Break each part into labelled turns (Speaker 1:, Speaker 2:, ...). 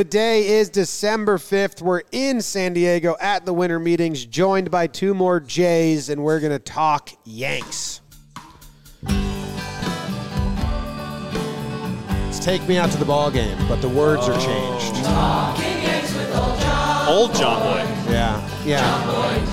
Speaker 1: Today is December 5th. We're in San Diego at the winter meetings, joined by two more Jays, and we're going to talk Yanks. It's take me out to the ball game, but the words are changed.
Speaker 2: Old John Boy.
Speaker 1: Yeah, yeah,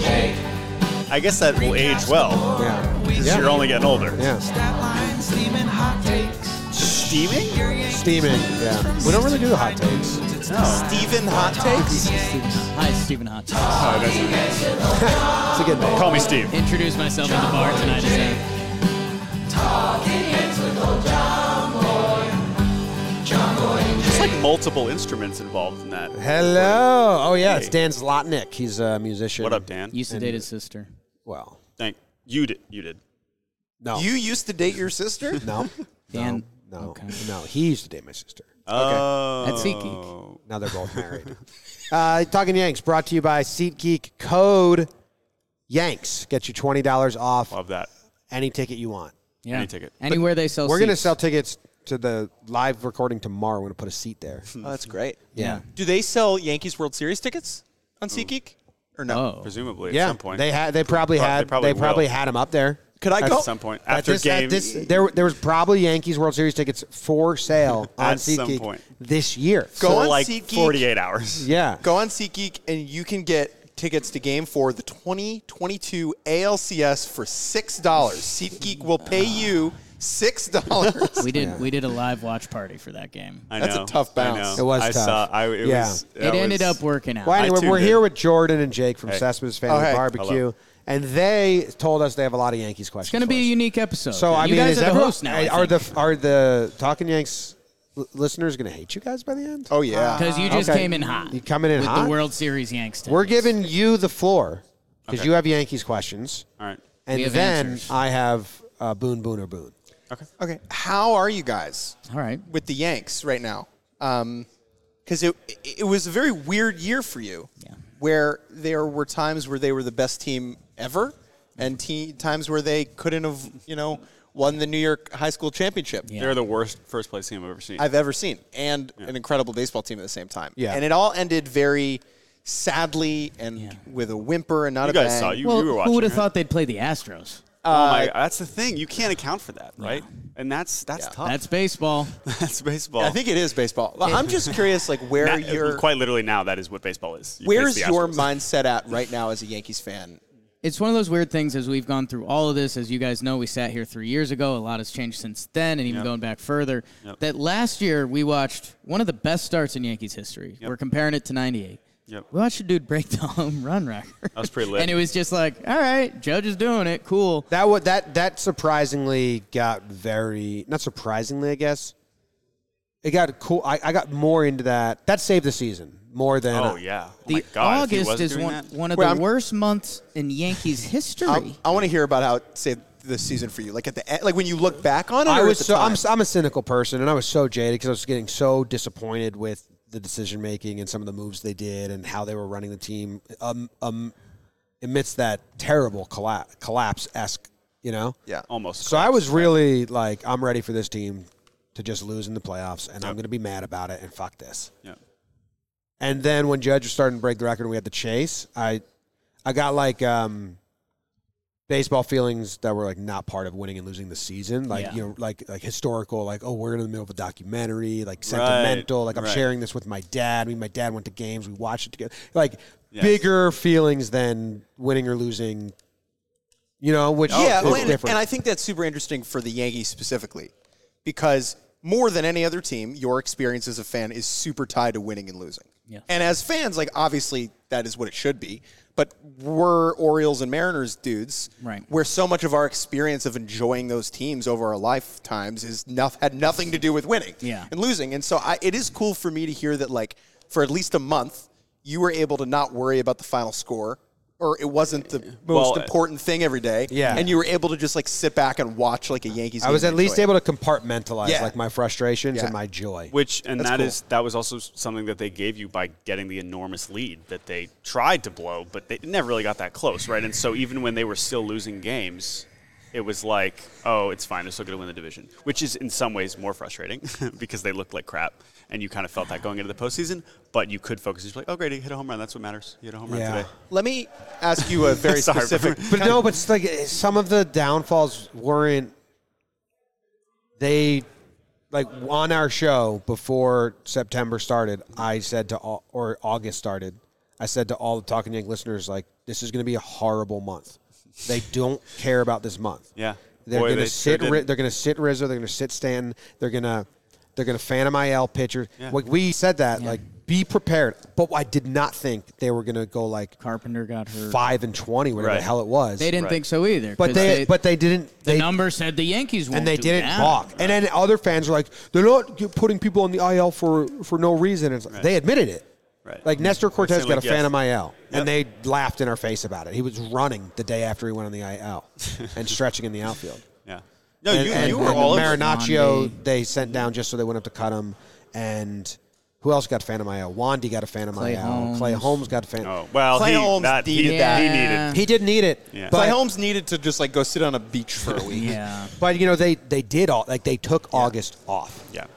Speaker 2: I guess that will age well.
Speaker 1: yeah.
Speaker 2: Because
Speaker 1: Yeah.
Speaker 2: you're only getting older.
Speaker 1: yeah.
Speaker 3: Stat line, steaming hot takes.
Speaker 2: Steaming?
Speaker 3: Your Yankees
Speaker 1: Steaming. Yeah. We don't really do the hot takes.
Speaker 2: Steven Hot Takes?
Speaker 4: Hi, it's Stephen Hotz.
Speaker 2: Oh, that's-
Speaker 1: It's a good name.
Speaker 2: Call me Steve.
Speaker 4: Introduce myself at the bar tonight as a
Speaker 2: It's like multiple instruments involved in that.
Speaker 1: Hello. Oh yeah, it's
Speaker 2: Hey.
Speaker 1: Dan Zlotnick. He's a musician.
Speaker 2: What up, Dan?
Speaker 4: used to date his sister.
Speaker 1: Well,
Speaker 2: Thank you did you did.
Speaker 1: no,
Speaker 5: You used to date your sister?
Speaker 1: no,
Speaker 4: Dan.
Speaker 1: no,
Speaker 4: Okay.
Speaker 1: no. He used to date my sister.
Speaker 2: Oh,
Speaker 4: That's SeatGeek.
Speaker 1: Now they're both married. uh, Talking Yanks brought to you by SeatGeek. Code Yanks gets you twenty dollars off
Speaker 2: Love that.
Speaker 1: any ticket you want.
Speaker 4: Yeah.
Speaker 2: Any ticket.
Speaker 4: Anywhere they sell
Speaker 1: We're gonna
Speaker 4: seats.
Speaker 1: sell tickets to the live recording tomorrow. We're gonna put a seat there.
Speaker 5: Oh, that's great.
Speaker 4: Yeah.
Speaker 5: Do they sell Yankees World Series tickets on SeatGeek? Or no?
Speaker 4: Oh.
Speaker 2: Presumably at
Speaker 1: yeah,
Speaker 2: some point.
Speaker 1: they had. They probably
Speaker 2: Pro- they
Speaker 1: had. They
Speaker 2: probably
Speaker 1: probably,
Speaker 2: will.
Speaker 1: had him up there.
Speaker 5: Could I
Speaker 1: At
Speaker 5: go?
Speaker 2: at some point.
Speaker 1: At
Speaker 2: After
Speaker 1: this- at
Speaker 2: game
Speaker 1: this- there, there was probably Yankees World Series tickets for sale on
Speaker 2: At some
Speaker 1: SeatGeek
Speaker 2: point.
Speaker 1: this year.
Speaker 5: Go
Speaker 2: for
Speaker 5: on
Speaker 2: like
Speaker 5: SeatGeek.
Speaker 2: 48 hours.
Speaker 1: Yeah.
Speaker 5: Go on SeatGeek and you can get tickets to game for the 2022 ALCS for $6. SeatGeek will pay you $6.
Speaker 4: We did. We did a live watch party for that game.
Speaker 2: I know.
Speaker 5: That's a tough
Speaker 2: I
Speaker 5: bounce.
Speaker 2: know.
Speaker 1: It was
Speaker 2: I
Speaker 1: tough.
Speaker 2: Saw, I, it
Speaker 1: Yeah.
Speaker 2: was,
Speaker 4: It ended up working out.
Speaker 1: Well, anyway,
Speaker 2: tuned
Speaker 1: we're
Speaker 2: in.
Speaker 1: here with Jordan and Jake from
Speaker 2: Hey.
Speaker 1: Cespedes Family
Speaker 5: Oh, hey.
Speaker 1: Barbecue,
Speaker 2: Hello.
Speaker 1: and they told us they have a lot of Yankees questions.
Speaker 4: It's going to be a unique episode.
Speaker 1: So
Speaker 4: you
Speaker 1: I mean,
Speaker 4: guys
Speaker 1: is
Speaker 4: are the
Speaker 1: everyone-
Speaker 4: host now.
Speaker 1: Are the are the Talking Yanks l- listeners going to hate you guys by the end?
Speaker 5: oh, yeah.
Speaker 4: because you just
Speaker 1: Okay.
Speaker 4: came in hot.
Speaker 1: You coming in
Speaker 4: with
Speaker 1: hot?
Speaker 4: the World Series Yanks.
Speaker 1: We're
Speaker 4: tickets.
Speaker 1: giving you the floor because
Speaker 2: Okay.
Speaker 1: you have Yankees questions,
Speaker 2: All right.
Speaker 1: and
Speaker 4: We have
Speaker 1: then
Speaker 4: answers.
Speaker 1: I have uh, Boone Boone or Boone.
Speaker 5: Okay. How are you guys
Speaker 4: All right.
Speaker 5: with the Yanks right now? Um, because it it was a very weird year for you,
Speaker 4: Yeah.
Speaker 5: where there were times where they were the best team ever, and te- times where they couldn't have you know won the New York High School Championship
Speaker 4: Yeah.
Speaker 2: They're the worst first place team I've ever seen.
Speaker 5: I've ever seen, and an incredible baseball team at the same time.
Speaker 1: Yeah.
Speaker 5: and it all ended very sadly and with a whimper and not
Speaker 2: you
Speaker 5: a
Speaker 2: guys
Speaker 5: bang.
Speaker 2: saw you.
Speaker 4: Well,
Speaker 2: you were watching.
Speaker 4: who would have
Speaker 2: right?
Speaker 4: thought uh, they'd play the Astros?
Speaker 2: Oh my! That's the thing. You can't account for that, right? And that's that's
Speaker 1: Oh.
Speaker 2: tough.
Speaker 4: That's baseball.
Speaker 2: That's baseball.
Speaker 5: I think it is baseball. Well, I'm just curious, like where
Speaker 2: Now-
Speaker 5: your
Speaker 2: quite literally now that is what baseball is. You
Speaker 5: where's
Speaker 2: face the
Speaker 5: your
Speaker 2: Astros.
Speaker 5: mindset at right now as a Yankees fan
Speaker 4: it's one of those weird things as we've gone through all of this. As you guys know, we sat here three years ago. A lot has changed since then, and even
Speaker 2: Yep.
Speaker 4: going back further.
Speaker 2: Yep.
Speaker 4: That last year, we watched one of the best starts in Yankees history. We're comparing it to 98.
Speaker 2: Yep.
Speaker 4: We watched a dude break the home run record. That
Speaker 2: was pretty lit.
Speaker 4: and it was just like, all right, Judge is doing it. Cool.
Speaker 1: That would that that surprisingly got very not surprisingly, I guess. It got cool. I, I got more into that. That saved the season more than
Speaker 2: Oh yeah. Oh,
Speaker 4: The
Speaker 2: my God, if he
Speaker 4: August
Speaker 2: wasn't
Speaker 4: is
Speaker 2: doing
Speaker 4: one,
Speaker 2: that-
Speaker 4: one of
Speaker 5: Well,
Speaker 4: the
Speaker 5: I'm-
Speaker 4: worst months in Yankees history.
Speaker 5: I, want to hear about how it saved the season for you. Like at the end, like when you look back on it.
Speaker 1: I
Speaker 5: or
Speaker 1: was
Speaker 5: at the
Speaker 1: so
Speaker 5: time?
Speaker 1: I'm, I'm a cynical person, and I was so jaded because I was getting so disappointed with the decision making and some of the moves they did and how they were running the team um, um, amidst that terrible colla- collapse esque, you know.
Speaker 5: yeah.
Speaker 2: almost.
Speaker 1: So I was really like, I'm ready for this team to just lose in the playoffs, and I'm going to be mad about it, and fuck this.
Speaker 2: Yeah.
Speaker 1: And then when Judge was starting to break the record, and we had the chase. I, I got like um, baseball feelings that were like not part of winning and losing the season, like
Speaker 4: Yeah.
Speaker 1: you know, like like historical, like oh we're in the middle of a documentary, like sentimental, like I'm
Speaker 2: right.
Speaker 1: sharing this with my dad. I mean, my dad went to games, we watched it together, like
Speaker 2: Yes.
Speaker 1: bigger feelings than winning or losing. You know, which
Speaker 5: yeah,
Speaker 1: is
Speaker 5: well, and,
Speaker 1: different.
Speaker 5: and I think that's super interesting for the Yankees specifically, because more than any other team, your experience as a fan is super tied to winning and losing.
Speaker 4: Yeah.
Speaker 5: And as fans, like obviously that is what it should be, but we're Orioles and Mariners dudes,
Speaker 4: Right.
Speaker 5: Where so much of our experience of enjoying those teams over our lifetimes is noth- had nothing to do with winning,
Speaker 4: Yeah.
Speaker 5: and losing. And so I, it is cool for me to hear that, like, for at least a month, you were able to not worry about the final score, or it wasn't the most
Speaker 2: Well,
Speaker 5: important thing every day.
Speaker 1: Yeah.
Speaker 5: And you were able to just, like, sit back and watch, like, a Yankees
Speaker 1: I was at
Speaker 5: game and
Speaker 1: least
Speaker 5: enjoy it.
Speaker 1: able to compartmentalize
Speaker 5: Yeah.
Speaker 1: like my frustrations
Speaker 5: Yeah.
Speaker 1: and my joy.
Speaker 2: Which and
Speaker 5: That's
Speaker 2: that
Speaker 5: cool.
Speaker 2: is that was also something that they gave you by getting the enormous lead that they tried to blow, but they never really got that close, right? And so even when they were still losing games, it was like, oh, it's fine. They're still going to win the division, which is in some ways more frustrating because they looked like crap, and you kind of felt that going into the postseason. But you could focus. You're like, oh, great, he hit a home run. That's what matters. You hit a home
Speaker 1: Yeah.
Speaker 2: run today.
Speaker 5: Let me ask you a very
Speaker 2: Sorry,
Speaker 5: specific.
Speaker 1: But no, but it's like eh, some of the downfalls weren't they like on our show before September started. I said to all or August started. I said to all the Talking Yank listeners, like this is going to be a horrible month. They don't care about this month.
Speaker 2: Yeah.
Speaker 1: they're
Speaker 2: Boy,
Speaker 1: going
Speaker 2: they
Speaker 1: to
Speaker 2: sure
Speaker 1: sit. Ri-
Speaker 2: didn't.
Speaker 1: they're going to sit Rizzo. They're going to sit Stanton. They're going to they're going to Phantom IL pitcher.
Speaker 2: Yeah.
Speaker 1: Like we said that. Like be prepared. But I did not think they were going to go like
Speaker 4: Carpenter got hurt.
Speaker 1: five and twenty, whatever
Speaker 2: Right.
Speaker 1: the hell it was.
Speaker 4: They didn't
Speaker 2: Right.
Speaker 4: think so either.
Speaker 1: But
Speaker 4: 'cause
Speaker 1: they, but they didn't
Speaker 4: the
Speaker 1: they
Speaker 4: number said the Yankees won't
Speaker 1: and they
Speaker 4: do
Speaker 1: didn't
Speaker 4: that.
Speaker 1: balk. And then other fans were like, they're not g- putting people on the IL for for no reason. It's like, They admitted it.
Speaker 2: Right.
Speaker 1: Like Nestor Cortez
Speaker 2: saying,
Speaker 1: got
Speaker 2: like,
Speaker 1: a fan
Speaker 2: yes.
Speaker 1: of my IL, and they
Speaker 2: Yep.
Speaker 1: laughed in our face about it. He was running the day after he went on the IL and stretching in the outfield.
Speaker 2: Yeah. No,
Speaker 1: and,
Speaker 2: Oh, you,
Speaker 1: and-
Speaker 2: you were
Speaker 1: and
Speaker 2: all over.
Speaker 1: Marinaccio.
Speaker 4: Wandy.
Speaker 1: They sent down just so they wouldn't have to cut him. And who else got a fan of my IL? Wandy got a fan of my
Speaker 4: Clay
Speaker 1: IL.
Speaker 4: Holmes.
Speaker 1: Clay Holmes got a fan.
Speaker 2: Oh, well,
Speaker 5: Clay
Speaker 2: he,
Speaker 5: Holmes
Speaker 2: that, he,
Speaker 5: needed that.
Speaker 2: he
Speaker 4: Yeah.
Speaker 2: needed.
Speaker 1: He did need it,
Speaker 2: Yeah.
Speaker 1: but
Speaker 5: Clay Holmes needed to just like go sit on a beach for a week.
Speaker 4: Yeah.
Speaker 1: but you know they they did all like they took August off.
Speaker 2: Yeah.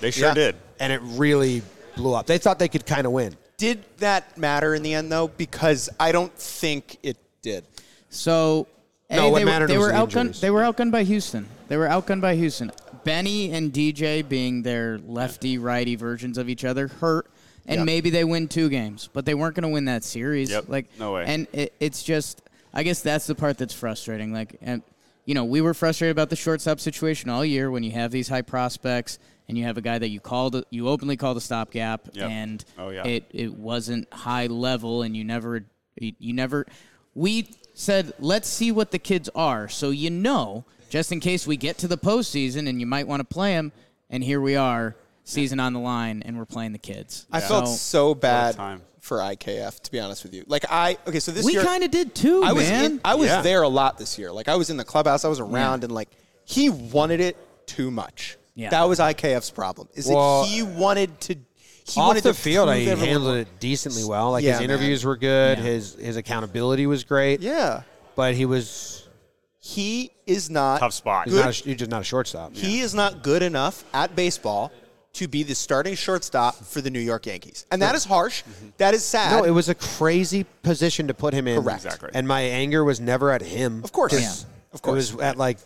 Speaker 2: They sure
Speaker 5: Yeah.
Speaker 2: did.
Speaker 1: and it really blew up. They thought they could kind of win.
Speaker 5: Did that matter in the end though? Because I don't think it did.
Speaker 4: So A,
Speaker 1: No, what
Speaker 4: they, were-
Speaker 1: mattered
Speaker 4: they
Speaker 1: was
Speaker 4: were
Speaker 1: the
Speaker 4: outgunned.
Speaker 1: injuries.
Speaker 4: They were outgunned by Houston. They were outgunned by Houston. Benny and DJ being their lefty righty versions of each other hurt, and
Speaker 5: Yeah.
Speaker 4: maybe they win two games, but they weren't going to win that series.
Speaker 2: Yep.
Speaker 4: Like
Speaker 2: No way.
Speaker 4: And it, it's just, I guess that's the part that's frustrating. Like, and you know, we were frustrated about the shortstop situation all year when you have these high prospects. And you have a guy that you called, you openly called a stopgap,
Speaker 2: Yep.
Speaker 4: and
Speaker 2: Oh, yeah.
Speaker 4: it it wasn't high level and you never you you never we said let's see what the kids are so you know just in case we get to the postseason and you might want to play them and here we are season on the line and we're playing the kids
Speaker 5: I felt so bad
Speaker 2: time.
Speaker 5: for IKF to be honest with you. Like I okay, so this
Speaker 4: we
Speaker 5: year
Speaker 4: kind of did too
Speaker 5: I was
Speaker 4: man
Speaker 5: in, I was
Speaker 2: Yeah.
Speaker 5: there a lot this year. Like I was in the clubhouse, I was around, and like he wanted it too much.
Speaker 4: Yeah.
Speaker 5: That was IKF's problem. Is
Speaker 1: Well,
Speaker 5: that he wanted to he
Speaker 1: Off
Speaker 5: wanted
Speaker 1: the
Speaker 5: to
Speaker 1: field,
Speaker 5: prove
Speaker 1: he
Speaker 5: everyone
Speaker 1: handled
Speaker 5: wrong.
Speaker 1: it decently well. Like
Speaker 5: Yeah,
Speaker 1: his
Speaker 5: man.
Speaker 1: interviews were good.
Speaker 4: Yeah.
Speaker 1: His his accountability was great.
Speaker 5: Yeah.
Speaker 1: but he was
Speaker 5: He is not
Speaker 2: Tough spot.
Speaker 1: he's,
Speaker 5: Good.
Speaker 1: not a, he's just not a shortstop.
Speaker 5: He is not good enough at baseball to be the starting shortstop for the New York Yankees. And that is harsh. That is sad.
Speaker 1: No, it was a crazy position to put him in.
Speaker 5: Correct.
Speaker 2: Exactly.
Speaker 1: And my anger was never at him.
Speaker 5: Of course.
Speaker 1: Just-
Speaker 5: Yeah. Of course.
Speaker 1: It was at like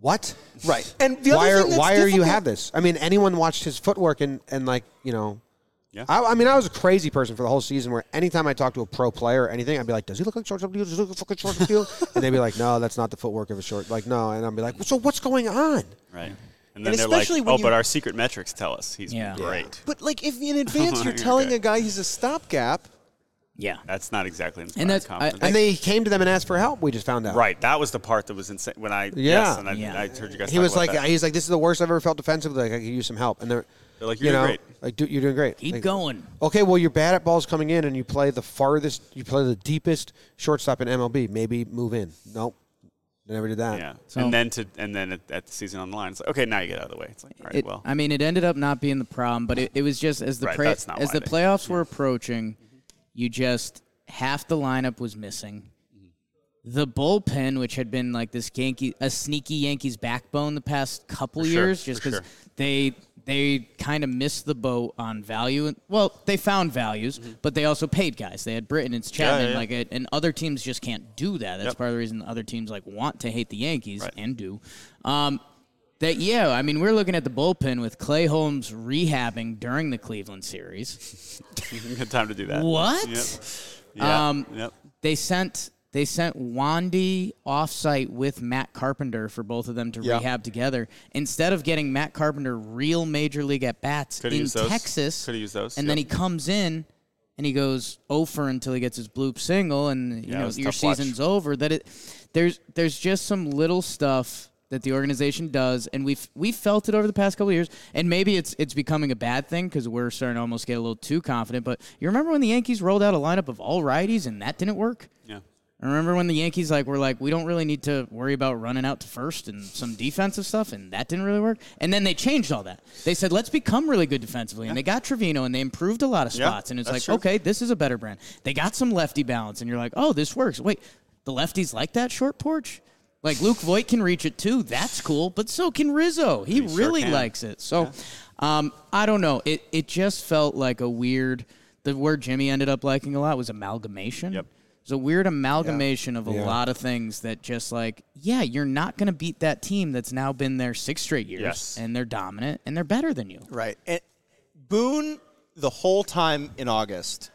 Speaker 1: what?
Speaker 5: right. And the
Speaker 1: why
Speaker 5: other
Speaker 1: are
Speaker 5: thing that's
Speaker 1: why are you
Speaker 5: difficult-
Speaker 1: have this? I mean, anyone watched his footwork and and like you know,
Speaker 2: Yeah.
Speaker 1: I, I mean, I was a crazy person for the whole season. Where anytime I talked to a pro player or anything, I'd be like, "Does he look like shortstop? Does he look like fucking shortstop?" to you?" and they'd be like, "No, that's not the footwork of a short." Like, no, and I'd be like, "So what's going on?"
Speaker 2: Right. And then they're like,
Speaker 5: especially when
Speaker 2: oh,
Speaker 5: you-
Speaker 2: but our secret metrics tell us he's
Speaker 4: Yeah.
Speaker 2: great.
Speaker 5: But like if in advance you're
Speaker 2: Okay.
Speaker 5: telling a guy he's a stopgap,
Speaker 4: yeah
Speaker 2: That's not exactly inspiring
Speaker 4: And that's- I-
Speaker 2: confidence.
Speaker 4: I-
Speaker 1: And they came to them and asked for help. We just found out.
Speaker 2: right. That was the part that was insane. When I, yes, and I,
Speaker 4: Yeah.
Speaker 2: I heard you guys
Speaker 1: He
Speaker 2: talk
Speaker 1: was
Speaker 2: about
Speaker 1: like,
Speaker 2: that.
Speaker 1: he's like, "This is the worst I've ever felt defensively. Like, I could use some help." And they're,
Speaker 2: They're like,
Speaker 1: you
Speaker 2: "You're doing
Speaker 1: know,
Speaker 2: great."
Speaker 1: Like, dude, you're doing great.
Speaker 4: Keep
Speaker 1: Like,
Speaker 4: going.
Speaker 1: Okay, well, you're bad at balls coming in, and you play the farthest, you play the deepest shortstop in MLB. Maybe move in. Nope, they never did that.
Speaker 2: yeah.
Speaker 4: So-
Speaker 2: and then to and then at, at the season on the line, it's like, okay, now you get out of the way. It's like, all right,
Speaker 4: It-
Speaker 2: well,
Speaker 4: I mean, it ended up not being the problem, but it, it was just as the
Speaker 2: Right,
Speaker 4: pra-
Speaker 2: that's not
Speaker 4: as
Speaker 2: why
Speaker 4: the
Speaker 2: they-
Speaker 4: playoffs were approaching, you just half the lineup was missing. The bullpen, which had been like this Yankee, a sneaky Yankees backbone the past couple
Speaker 2: sure,
Speaker 4: years, just
Speaker 2: for
Speaker 4: because
Speaker 2: sure.
Speaker 4: they they kind of missed the boat on value. Well, they found values, but they also paid guys. They had Britain and Chapman,
Speaker 2: Mm-hmm. yeah.
Speaker 4: like, it, and other teams just can't do that. That's
Speaker 2: Yep.
Speaker 4: part of the reason the other teams like want to hate the Yankees
Speaker 2: Right.
Speaker 4: and do. Um, that yeah, I mean we're looking at the bullpen with Clay Holmes rehabbing during the Cleveland series.
Speaker 2: good time to do that.
Speaker 4: What?
Speaker 2: Uh, Yep. Yeah.
Speaker 4: Um,
Speaker 2: yep.
Speaker 4: They sent they sent Wandy offsite with Matt Carpenter for both of them to
Speaker 5: Yeah.
Speaker 4: rehab together instead of getting Matt Carpenter real major league at bats
Speaker 2: Coulda
Speaker 4: in
Speaker 2: used those.
Speaker 4: Texas.
Speaker 2: Coulda used those,
Speaker 4: And then he
Speaker 2: yep.
Speaker 4: comes in and he goes over until he gets his bloop single and you
Speaker 2: Yeah, it
Speaker 4: know
Speaker 2: was a
Speaker 4: your
Speaker 2: tough watch.
Speaker 4: season's over. That it there's there's just some little stuff that the organization does, and we've we felt it over the past couple of years, and maybe it's it's becoming a bad thing because we're starting to almost get a little too confident. But you remember when the Yankees rolled out a lineup of all righties and that didn't work?
Speaker 2: Yeah.
Speaker 4: I remember when the Yankees like were like, we don't really need to worry about running out to first and some defensive stuff, and that didn't really work. And then they changed all that. They said, let's become really good defensively, and they got Trevino, and they improved a lot of
Speaker 2: Yeah,
Speaker 4: spots. and it's
Speaker 2: that's
Speaker 4: like,
Speaker 2: true.
Speaker 4: okay, this is a better brand. They got some lefty balance, and you're like, oh, this works. Wait, the lefties like that short porch. Like Luke Voigt can reach it too. That's cool, but so can Rizzo. He,
Speaker 2: He sure
Speaker 4: really
Speaker 2: can.
Speaker 4: likes it. So um, I don't know. It it just felt like a weird. The word Jimmy ended up liking a lot was amalgamation.
Speaker 2: Yep.
Speaker 4: It was a weird amalgamation of a
Speaker 1: Yeah.
Speaker 4: lot of things that just like yeah, you're not going to beat that team that's now been there six straight years
Speaker 2: Yes.
Speaker 4: and they're dominant and they're better than you.
Speaker 5: Right. And Boone, the whole time in August,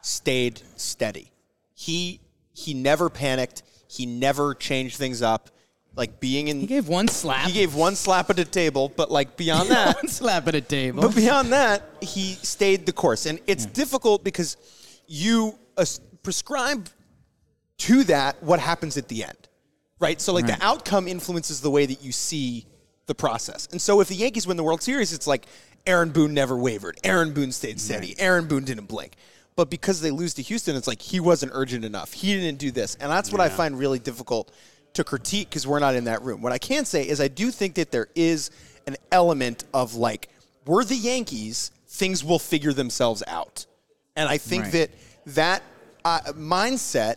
Speaker 5: stayed steady. He he never panicked. He never changed things up. Like being in,
Speaker 4: He gave one slap.
Speaker 5: he gave one slap at a table, but like beyond that,
Speaker 4: one slap at a table.
Speaker 5: But beyond that, he stayed the course. And it's difficult because you uh, prescribe to that what happens at the end, right? So, like, the outcome influences the way that you see the process. And so, if the Yankees win the World Series, it's like Aaron Boone never wavered, Aaron Boone stayed steady, Aaron Boone didn't blink. But because they lose to Houston, it's like he wasn't urgent enough. He didn't do this. And that's what I find really difficult to critique because we're not in that room. What I can say is I do think that there is an element of like, we're the Yankees, things will figure themselves out. And I think
Speaker 4: Right.
Speaker 5: that that uh, mindset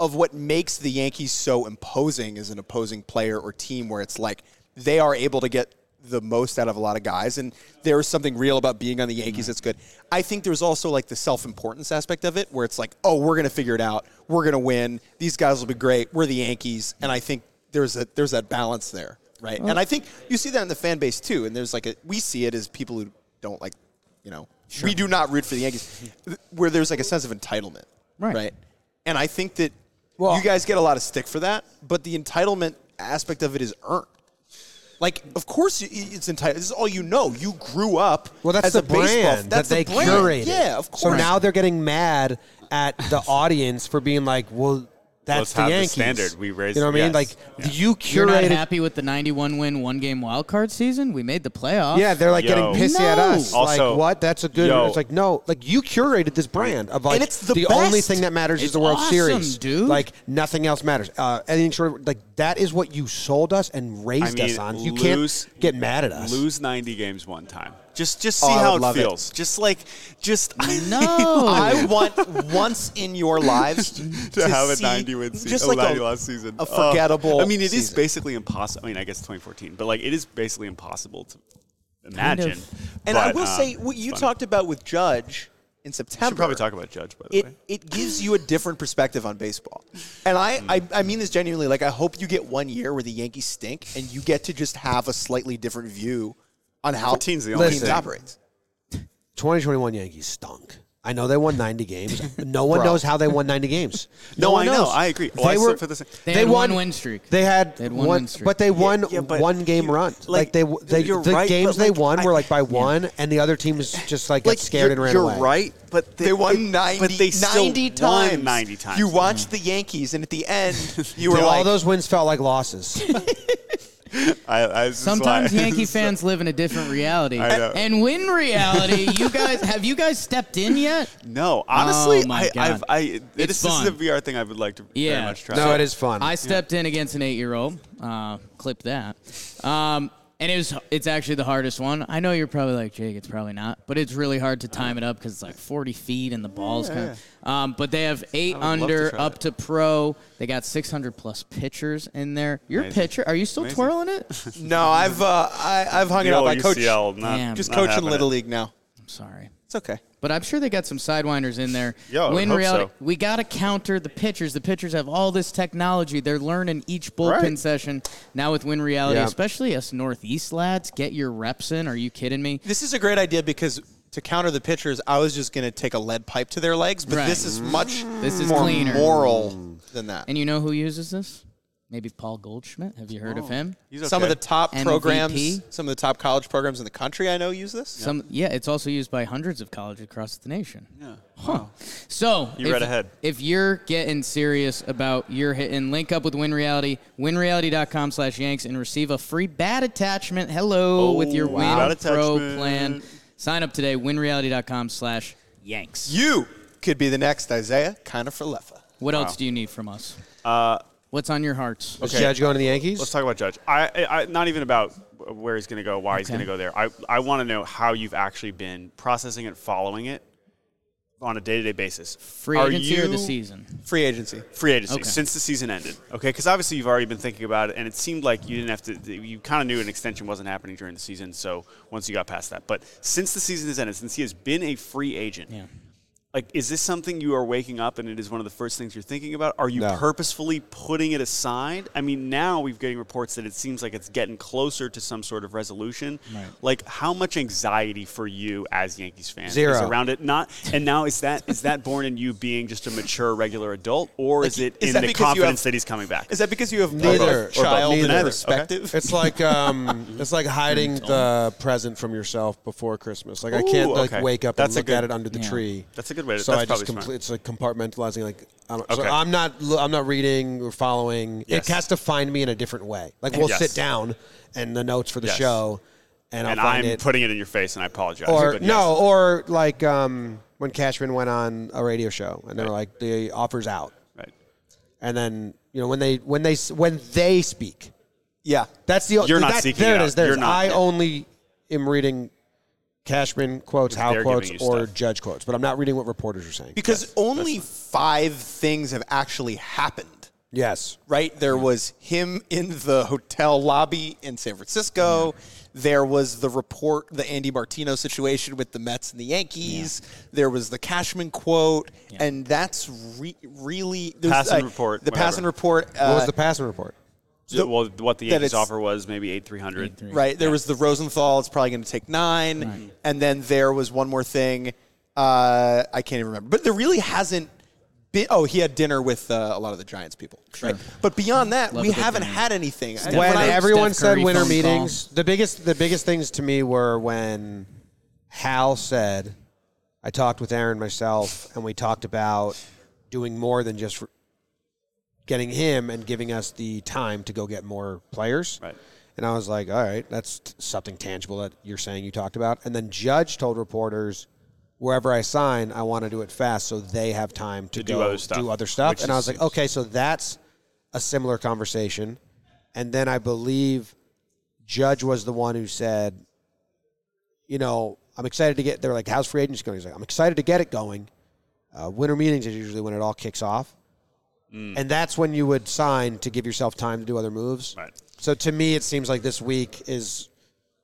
Speaker 5: of what makes the Yankees so imposing as an opposing player or team, where it's like they are able to get the most out of a lot of guys, and there is something real about being on the Yankees that's good. I think there's also like the self-importance aspect of it, where it's like, oh, we're gonna figure it out, we're gonna win, these guys will be great, we're the Yankees, and I think there's a there's that balance there, right? and I think you see that in the fan base too, and there's like a we see it as people who don't like, you know, we do not root for the Yankees, where there's like a sense of entitlement,
Speaker 4: Right.
Speaker 5: right? And I think that
Speaker 1: Well-
Speaker 5: you guys get a lot of stick for that, but the entitlement aspect of it is earned. Like, of course, you- you- it's entitled. This is all you know. You grew up.
Speaker 1: Well, that's
Speaker 5: as
Speaker 1: the
Speaker 5: a baseball-
Speaker 1: brand
Speaker 5: that's
Speaker 1: that they
Speaker 5: the brand.
Speaker 1: curated.
Speaker 5: Yeah, of course.
Speaker 1: So now they're getting mad at the audience for being like, well, that's
Speaker 2: Let's
Speaker 1: the
Speaker 2: have the
Speaker 1: Yankees.
Speaker 2: standard. We raised-
Speaker 1: You know what I mean?
Speaker 2: yes.
Speaker 1: Like
Speaker 2: Yeah.
Speaker 1: you
Speaker 4: You're not
Speaker 1: curated.
Speaker 4: happy with the 91 win one game wild card season? We made the playoffs.
Speaker 1: yeah, they're like
Speaker 2: Yo.
Speaker 1: getting pissy at us.
Speaker 2: No. Also-
Speaker 1: like what? That's a good.
Speaker 2: Yo.
Speaker 1: It's like no, like you curated this brand of like
Speaker 5: And it's the
Speaker 1: only
Speaker 5: best.
Speaker 1: thing that matters is
Speaker 4: It's
Speaker 1: the World
Speaker 4: awesome,
Speaker 1: Series,
Speaker 4: dude.
Speaker 1: Like nothing else matters. Uh, anything short, like that is what you sold us and raised
Speaker 2: I mean,
Speaker 1: us on. You
Speaker 2: lose-
Speaker 1: can't get mad at us.
Speaker 2: Lose 90 games one time. Just just see
Speaker 5: Oh, I
Speaker 2: how
Speaker 5: would
Speaker 2: it
Speaker 5: love it.
Speaker 2: feels. Just like just
Speaker 4: No.
Speaker 5: I want once in your lives
Speaker 2: to, have a
Speaker 5: see
Speaker 2: 90 win season,
Speaker 5: just
Speaker 2: a
Speaker 5: like
Speaker 2: 90 loss season.
Speaker 5: a
Speaker 2: Oh.
Speaker 5: forgettable
Speaker 2: I mean, it is
Speaker 5: season.
Speaker 2: basically impossible. I mean, I guess 2014, but like it is basically impossible to imagine.
Speaker 5: And I
Speaker 2: But,
Speaker 5: will
Speaker 2: um,
Speaker 5: say, what you
Speaker 2: it's fun.
Speaker 5: talked about with Judge in September.
Speaker 2: We should probably talk about Judge, by the
Speaker 5: it
Speaker 2: way.
Speaker 5: it gives you a different perspective on baseball. And I, I I mean this genuinely. Like I hope you get one year where the Yankees stink and you get to just have a slightly different view on how
Speaker 2: 14's the only
Speaker 5: teams
Speaker 1: thing.
Speaker 5: operates.
Speaker 1: 2021 Yankees stunk. I know they won 90 games. No one
Speaker 5: Bro.
Speaker 1: knows how they won 90 games.
Speaker 2: No,
Speaker 1: one
Speaker 2: I know.
Speaker 1: knows.
Speaker 2: I agree. Well, I
Speaker 1: they
Speaker 2: said
Speaker 1: were
Speaker 2: for the same-
Speaker 4: They
Speaker 1: They,
Speaker 4: had
Speaker 1: won
Speaker 4: one win streak.
Speaker 1: They had,
Speaker 4: They had one
Speaker 1: one,
Speaker 4: win streak.
Speaker 1: but they won
Speaker 2: yeah, but
Speaker 1: one game
Speaker 2: you-
Speaker 1: run. Like,
Speaker 2: like,
Speaker 1: they, they
Speaker 2: you're
Speaker 1: the
Speaker 2: right,
Speaker 1: games
Speaker 2: but,
Speaker 1: they
Speaker 2: like,
Speaker 1: won were
Speaker 2: I-
Speaker 1: like by one, and the other team was just like got scared
Speaker 5: you're,
Speaker 1: and ran
Speaker 5: you're
Speaker 1: away.
Speaker 5: right, but they,
Speaker 2: They
Speaker 5: won
Speaker 2: won
Speaker 5: 90,
Speaker 2: 90
Speaker 5: times.
Speaker 2: times. 90 times.
Speaker 5: You watched the Yankees, and at the end, you were
Speaker 1: Dude,
Speaker 5: like,
Speaker 1: all those wins felt like losses.
Speaker 2: I, I, this is
Speaker 4: Sometimes
Speaker 2: why-
Speaker 4: Yankee fans live in a different reality.
Speaker 2: I know.
Speaker 4: And win reality, you guys have you guys stepped in yet?
Speaker 2: No, honestly,
Speaker 4: Oh my
Speaker 2: I,
Speaker 4: God.
Speaker 2: I've, I, it
Speaker 4: It's
Speaker 2: is, this is a
Speaker 4: fun.
Speaker 2: VR thing I would like to
Speaker 4: Yeah.
Speaker 2: very much try.
Speaker 1: no, it is fun.
Speaker 4: I stepped in against an eight-year-old. Uh, clip that. Um, and it was it's actually the hardest one. I know you're probably like Jake. It's probably not, but it's really hard to time it up because it's like 40 feet and the balls kind of. Um, but they have eight
Speaker 2: would love to
Speaker 4: under
Speaker 2: try
Speaker 4: up
Speaker 2: that.
Speaker 4: to pro. They got 600 plus pitchers in there. Your
Speaker 2: Amazing.
Speaker 4: pitcher? Are you still
Speaker 2: Amazing.
Speaker 4: twirling it?
Speaker 5: "No, I've uh, I, I've hung
Speaker 2: The
Speaker 5: it up.
Speaker 2: old
Speaker 5: I coach,
Speaker 2: UCL, not-
Speaker 4: Damn.
Speaker 5: just
Speaker 2: not
Speaker 5: coaching
Speaker 2: happening.
Speaker 5: little league now.
Speaker 4: I'm sorry.
Speaker 5: It's okay.
Speaker 4: But I'm sure they got some sidewinders in there.
Speaker 2: Yeah, I would
Speaker 4: Win
Speaker 2: hope
Speaker 4: reality,
Speaker 2: so.
Speaker 4: we got to counter the pitchers. The pitchers have all this technology. They're learning each bullpen
Speaker 2: Right.
Speaker 4: session now with win reality,
Speaker 1: Yeah.
Speaker 4: especially us Northeast lads. Get your reps in. Are you kidding me?
Speaker 5: This is a great idea because to counter the pitchers, I was just going to take a lead pipe to their legs, but
Speaker 4: Right.
Speaker 5: this is much
Speaker 4: This is
Speaker 5: more
Speaker 4: cleaner.
Speaker 5: moral than that.
Speaker 4: And you know who uses this? Maybe Paul Goldschmidt. Have you heard of him?
Speaker 2: He's okay.
Speaker 5: Some of the top
Speaker 4: MVP.
Speaker 5: programs, some of the top college programs in the country, I know use this.
Speaker 4: Some, yeah, it's also used by hundreds of colleges across the nation.
Speaker 2: Yeah. Wow.
Speaker 4: So
Speaker 2: You
Speaker 4: if,
Speaker 2: read ahead.
Speaker 4: If you're getting serious about your hit and link up with Win Reality, winreality.com slash Yanks and receive a free bat attachment. Hello
Speaker 2: Oh,
Speaker 4: with your
Speaker 2: wow.
Speaker 4: Win
Speaker 2: Bat
Speaker 4: Pro
Speaker 2: attachment.
Speaker 4: plan. Sign up today, winreality.com slash Yanks.
Speaker 5: You could be the next Isaiah Connifer-Leffa.
Speaker 4: What else do you need from us? Uh, What's on your hearts?
Speaker 1: Is Judge going to the Yankees?
Speaker 2: Let's talk about Judge. I, I, I not even about where he's going to go, why he's
Speaker 4: Okay.
Speaker 2: going to go there. I, I want to know how you've actually been processing it, following it, on a day to day basis.
Speaker 4: Free
Speaker 2: Are
Speaker 4: agency or the
Speaker 2: you-
Speaker 4: season?
Speaker 5: Free agency.
Speaker 2: Free agency
Speaker 4: Okay.
Speaker 2: since the season ended. Okay, because obviously you've already been thinking about it, and it seemed like you didn't have to. You kind of knew an extension wasn't happening during the season, so once you got past that, but since the season has ended, since he has been a free agent,
Speaker 4: Yeah.
Speaker 2: like is this something you are waking up and it is one of the first things you're thinking about are you
Speaker 1: No.
Speaker 2: purposefully putting it aside i mean now we've getting reports that it seems like it's getting closer to some sort of resolution like how much anxiety for you as yankees fans is
Speaker 1: Zero.
Speaker 2: around it not and now is that is that born in you being just a mature regular adult or is
Speaker 5: Like,
Speaker 2: it
Speaker 5: is
Speaker 2: in
Speaker 5: that
Speaker 2: the
Speaker 5: because you have-
Speaker 2: confidence that he's coming back
Speaker 5: Is that because you have
Speaker 1: Neither.
Speaker 5: both
Speaker 1: Or both.
Speaker 5: child
Speaker 1: Neither.
Speaker 5: and
Speaker 1: Okay.
Speaker 5: perspective?
Speaker 1: It's like um, it's like hiding the present from yourself before Christmas. Like I can't
Speaker 2: Ooh,
Speaker 1: like
Speaker 2: okay.
Speaker 1: wake up
Speaker 2: That's a
Speaker 1: and look at
Speaker 2: good-
Speaker 1: it under the
Speaker 4: yeah.
Speaker 1: tree.
Speaker 2: That's a good way to-
Speaker 1: So
Speaker 2: that's
Speaker 1: I just
Speaker 2: probably smart.
Speaker 1: it's like compartmentalizing. Like I'm, so
Speaker 2: Okay.
Speaker 1: I'm not lo- I'm not reading or following.
Speaker 2: Yes.
Speaker 1: It has to find me in a different way. Like we'll
Speaker 2: Yes.
Speaker 1: sit down and the notes for the
Speaker 2: Yes.
Speaker 1: show, and,
Speaker 2: and
Speaker 1: I'll find
Speaker 2: i'm
Speaker 1: it.
Speaker 2: putting it in your face and i apologize
Speaker 1: or
Speaker 2: but yes.
Speaker 1: no, or like um, when Cashman went on a radio show and they were like the offers out,
Speaker 2: right
Speaker 1: and then you know when they when they s- when they speak.
Speaker 5: yeah.
Speaker 1: That's the
Speaker 2: You're not
Speaker 1: that,
Speaker 2: seeking
Speaker 1: there
Speaker 2: it
Speaker 1: it
Speaker 2: out.
Speaker 1: is. There it
Speaker 2: You're
Speaker 1: is.
Speaker 2: not-
Speaker 1: I
Speaker 2: yeah.
Speaker 1: only am reading Cashman quotes, Howe
Speaker 2: they're
Speaker 1: quotes,
Speaker 2: giving you
Speaker 1: or
Speaker 2: stuff.
Speaker 1: judge quotes, but I'm not reading what reporters are saying.
Speaker 5: Because only five things have actually happened.
Speaker 1: yes,
Speaker 5: right? There was him in the hotel lobby in San Francisco. There was the report, the Andy Martino situation with the Mets and the Yankees. There was the Cashman quote, and that's re- really there's,
Speaker 2: Pass and report,
Speaker 5: The
Speaker 2: whatever.
Speaker 5: pass and report.
Speaker 1: what
Speaker 5: Uh,
Speaker 1: was the passing report?
Speaker 5: the-
Speaker 2: well what the
Speaker 5: that
Speaker 2: yankees
Speaker 5: it's-
Speaker 2: offer was maybe 8 300
Speaker 5: uh, right? There was the Rosenthal. It's probably going to take nine, and then there was one more thing. Uh, I can't even remember, but there really hasn't. been Oh, he had dinner with uh, a lot of the Giants people, right? But beyond that,
Speaker 4: Love
Speaker 5: we
Speaker 4: a good
Speaker 5: haven't
Speaker 4: dinner.
Speaker 5: had anything. I-
Speaker 1: when
Speaker 4: When I-
Speaker 1: everyone
Speaker 4: Steph Curry
Speaker 1: said winter
Speaker 4: phone call.
Speaker 1: meetings, the biggest the biggest things to me were when Hal said, "I talked with Aaron myself, and we talked about doing more than just r- getting him and giving us the time to go get more players."
Speaker 2: Right.
Speaker 1: And I was like, "All right, that's t- something tangible that you're saying you talked about." And then Judge told reporters. Wherever I sign, I want to do it fast so they have time to,
Speaker 2: do
Speaker 1: go
Speaker 2: other stuff,
Speaker 1: do other stuff.
Speaker 2: which
Speaker 1: And I was
Speaker 2: is-
Speaker 1: like, okay, so that's a similar conversation. And then I believe Judge was the one who said, you know, I'm excited to get, they're like, how's free agency going? He's like, I'm excited to get it going. Uh, winter meetings is usually when it all kicks off.
Speaker 2: Mm.
Speaker 1: And that's when you would sign to give yourself time to do other moves.
Speaker 2: Right.
Speaker 1: So to me, it seems like this week is,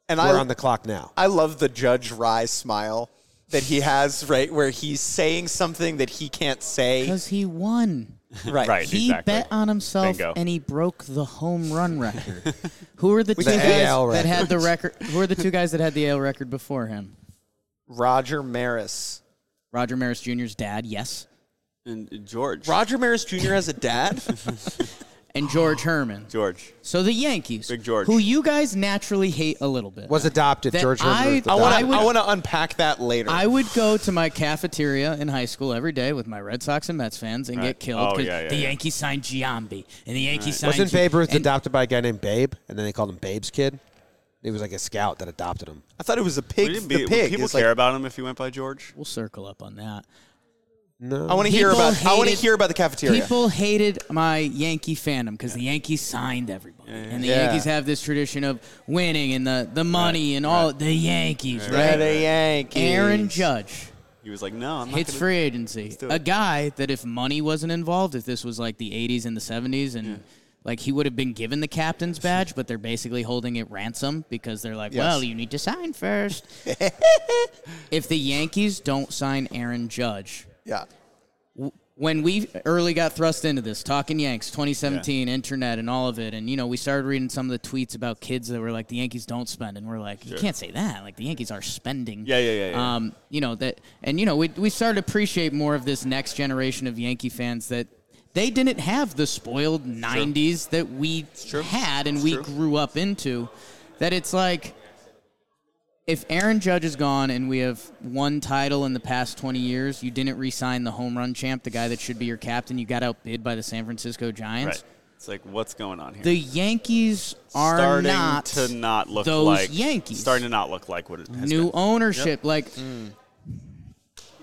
Speaker 5: and
Speaker 1: we're
Speaker 5: I,
Speaker 1: on the clock now.
Speaker 5: I love the Judge Rye smile that he has, right? Where he's saying something that he can't say.
Speaker 4: Because he won.
Speaker 5: Right.
Speaker 2: Right.
Speaker 4: He
Speaker 2: Exactly.
Speaker 4: bet on himself
Speaker 2: Bingo.
Speaker 4: and he broke the home run record. who are the two
Speaker 1: The
Speaker 4: guys
Speaker 1: AL
Speaker 4: that had
Speaker 1: record.
Speaker 4: the record? Who are the two guys that had the AL record before him?
Speaker 5: Roger Maris.
Speaker 4: Roger Maris Jr.'s dad, yes,
Speaker 2: and george
Speaker 5: Roger Maris Jr. has a dad.
Speaker 4: and George Herman.
Speaker 2: george
Speaker 4: So the Yankees,
Speaker 2: Big George.
Speaker 4: who you guys naturally hate a little bit,
Speaker 1: Was adopted,
Speaker 4: That
Speaker 1: George
Speaker 4: I-
Speaker 1: Herbert.
Speaker 5: I
Speaker 4: I would-
Speaker 5: want to unpack that later.
Speaker 4: I would go to my cafeteria in high school every day with my Red Sox and Mets fans and
Speaker 2: Right.
Speaker 4: get killed
Speaker 2: Oh,
Speaker 4: because
Speaker 2: yeah, yeah,
Speaker 4: the
Speaker 2: yeah.
Speaker 4: Yankees signed Giambi and the Yankees signed.
Speaker 1: Wasn't
Speaker 4: Gi-
Speaker 1: Babe Ruth
Speaker 4: and-
Speaker 1: adopted by a guy named Babe, and then they called him Babe's kid? He was like a scout that adopted him.
Speaker 5: I thought it was a
Speaker 2: We
Speaker 5: pig.
Speaker 2: didn't be-
Speaker 5: the
Speaker 2: would
Speaker 5: pig.
Speaker 2: people
Speaker 5: is like-
Speaker 2: care about him if he went by george
Speaker 4: We'll circle up on that.
Speaker 1: No,
Speaker 5: I want to hear
Speaker 4: People
Speaker 5: about. I want to
Speaker 4: hated-
Speaker 5: hear about the cafeteria.
Speaker 4: People hated my Yankee fandom because the Yankees signed everybody, and the
Speaker 5: Yeah.
Speaker 4: Yankees have this tradition of winning and the the money and all the Yankees, right?
Speaker 5: the Yankees.
Speaker 4: Aaron Judge
Speaker 2: he was like no i'm not
Speaker 4: hits
Speaker 2: gonna-
Speaker 4: free agency.
Speaker 2: do it.
Speaker 4: A guy that if money wasn't involved, if this was like the '80s and the '70s, and like he would have been given the captain's badge, but they're basically holding it ransom because they're like, well, you need to sign first. if the Yankees don't sign Aaron Judge,
Speaker 5: Yeah.
Speaker 4: when we early got thrust into this, talking Yanks, 2017, internet, and all of it, and you know, we started reading some of the tweets about kids that were like, "The Yankees don't spend," and we're like, "You can't say that." Like the Yankees are spending.
Speaker 2: Yeah, yeah, yeah, yeah.
Speaker 4: Um, you know that, and you know, we we started to appreciate more of this next generation of Yankee fans that they didn't have the spoiled 90s that we had and we grew up into. That it's like if Aaron Judge is gone and we have one title in the past 20 years, you didn't re-sign the home run champ, the guy that should be your captain. You got outbid by the San Francisco Giants.
Speaker 2: right it's like what's going on here
Speaker 4: The Yankees are
Speaker 2: starting
Speaker 4: not
Speaker 2: to not look
Speaker 4: those
Speaker 2: like
Speaker 4: Yankees.
Speaker 2: Starting to not look like what it has
Speaker 4: new
Speaker 2: been.
Speaker 4: ownership. Like
Speaker 2: Mm.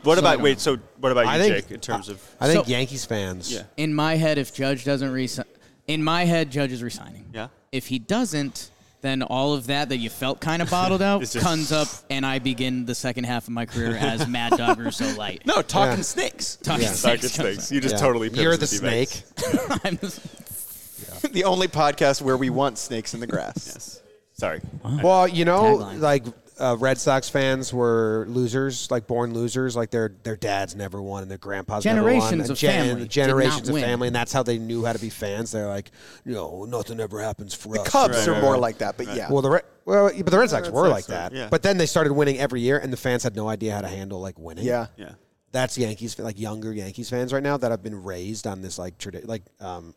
Speaker 2: What
Speaker 4: So I
Speaker 2: about
Speaker 4: don't
Speaker 2: wait? So what about you,
Speaker 1: I think
Speaker 2: Jake? In terms of
Speaker 1: I think
Speaker 4: So-
Speaker 1: Yankees fans.
Speaker 2: Yeah.
Speaker 4: in my head, if Judge doesn't resign, in my head, Judge is resigning.
Speaker 2: Yeah.
Speaker 4: If he doesn't, then all of that that you felt kind of bottled out
Speaker 2: It's just-
Speaker 4: comes up, and I begin the second half of my career as Mad Dog Russo Light.
Speaker 5: No, talking snakes.
Speaker 4: Talking
Speaker 1: Yeah.
Speaker 4: snakes
Speaker 2: Dr.
Speaker 4: comes
Speaker 2: Snakes. You just
Speaker 1: Yeah.
Speaker 2: totally
Speaker 1: You're the
Speaker 2: pivoted to D-backs.
Speaker 1: snake.
Speaker 4: up. I'm just-
Speaker 5: the only podcast where we want snakes in the grass.
Speaker 2: Yes. Sorry.
Speaker 1: Well, you know,
Speaker 4: Tagline.
Speaker 1: like uh, Red Sox fans were losers, like born losers. Like their their dads never won and their grandpas never won.
Speaker 4: Generations
Speaker 1: and
Speaker 4: of family did
Speaker 1: generations
Speaker 4: not
Speaker 1: of
Speaker 4: win.
Speaker 1: family, and that's how they knew how to be fans. They're like, you know, nothing ever happens for us.
Speaker 5: Cubs
Speaker 2: Right,
Speaker 5: are
Speaker 2: right,
Speaker 5: more
Speaker 2: right.
Speaker 5: like that, but yeah.
Speaker 1: Well, the Red, well, but the Red Sox
Speaker 2: Red
Speaker 1: were like
Speaker 2: Sox were,
Speaker 1: that.
Speaker 2: yeah.
Speaker 1: But then they started winning every year, and the fans had no idea how to handle like winning.
Speaker 5: yeah.
Speaker 2: Yeah.
Speaker 1: that's Yankees like younger Yankees fans right now that have been raised on this like tradi- like um,